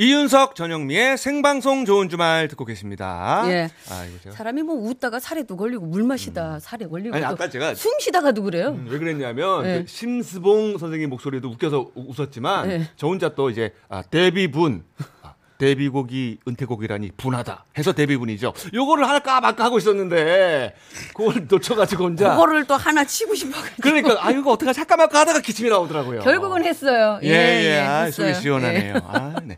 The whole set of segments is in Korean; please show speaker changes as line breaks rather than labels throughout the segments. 이윤석 전영미의 생방송 좋은 주말 듣고 계십니다.
예.
아이고 제가
사람이 뭐 웃다가 살에도 걸리고 물 마시다 살에 걸리고
음. 아니,
또
아까 제가-
숨 쉬다가도 그래요.
음, 왜 그랬냐면
네.
그 심스봉 선생님 목소리도 웃겨서 우- 웃었지만
네.
저 혼자 또 이제 아, 데뷔분 아, 데뷔곡이 은퇴곡이라니 분하다 해서 데뷔분이죠. 요거를 할까 말까 하고 있었는데 그걸 놓쳐가지고 혼자
그거를 또 하나 치고 싶어.
그러니까 아 이거 어떻게 할까 말까 하다가 기침이 나오더라고요.
결국은 했어요. 예,
예예
예,
아,
했어요. 예.
속이 시원하네요. 아, 네.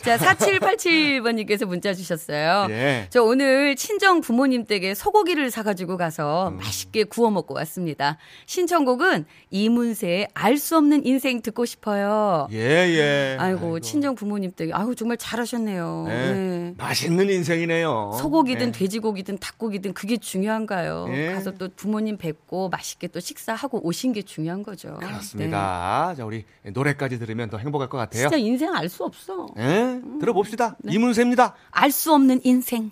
자, 4787번님께서 문자 주셨어요.
예.
저 오늘 친정 부모님 댁에 소고기를 사가지고 가서
음.
맛있게 구워 먹고 왔습니다. 신청곡은 이문세의 알 수 없는 인생 듣고 싶어요.
예 예.
아이고, 친정 부모님 댁에. 아유, 정말 잘하셨네요.
네.
네.
맛있는 인생이네요.
소고기든
예.
돼지고기든 닭고기든 그게 중요한가요?
예.
가서 또 부모님 뵙고 맛있게 또 식사하고 오신 게 중요한 거죠. 네.
그렇습니다. 자, 우리 노래까지 들으면 더 행복할 것 같아요.
진짜 인생 알 수 없어.
예,
음,
들어봅시다.
네.
이문세입니다.
알 수 없는 인생.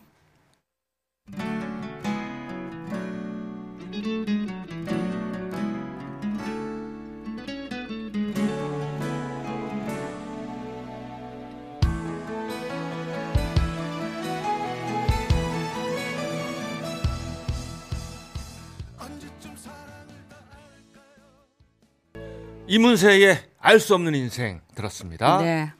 이문세의 알 수 없는 인생 들었습니다.
네.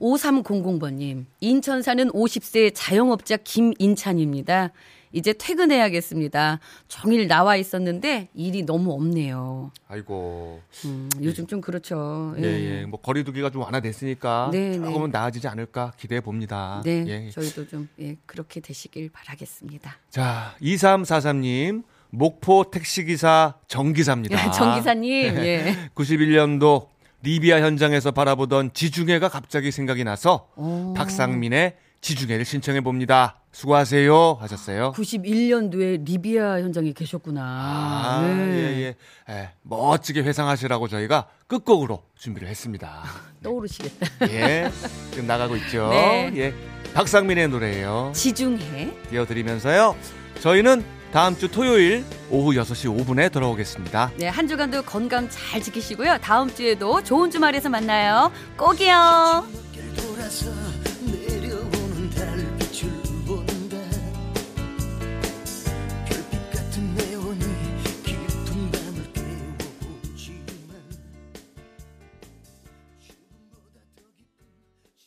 5300번님, 인천 사는 50세 자영업자 김인찬입니다. 이제 퇴근해야겠습니다. 종일 나와 있었는데 일이 너무 없네요.
아이고.
음, 요즘 좀 그렇죠.
예, 예. 뭐 거리두기가 좀 완화됐으니까
네,
조금은
네.
나아지지 않을까 기대해 봅니다.
네,
예.
저희도 좀 예, 그렇게 되시길 바라겠습니다.
자, 2343님. 목포 택시기사 정기사입니다.
네, 정기사님, 예.
91년도 리비아 현장에서 바라보던 지중해가 갑자기 생각이 나서 박상민의 지중해를 신청해 봅니다. 수고하세요 하셨어요.
91년도에 리비아 현장에 계셨구나.
아,
네.
예, 예. 예, 멋지게 회상하시라고 저희가 끝곡으로 준비를 했습니다.
떠오르시겠다.
예. 지금 나가고 있죠.
네.
예. 박상민의 노래예요.
지중해.
띄워드리면서요. 저희는 다음 주 토요일 오후 6시 5분에 돌아오겠습니다.
네, 한 주간도 건강 잘 지키시고요. 다음 주에도 좋은 주말에서 만나요. 꼭이요.
길 돌아서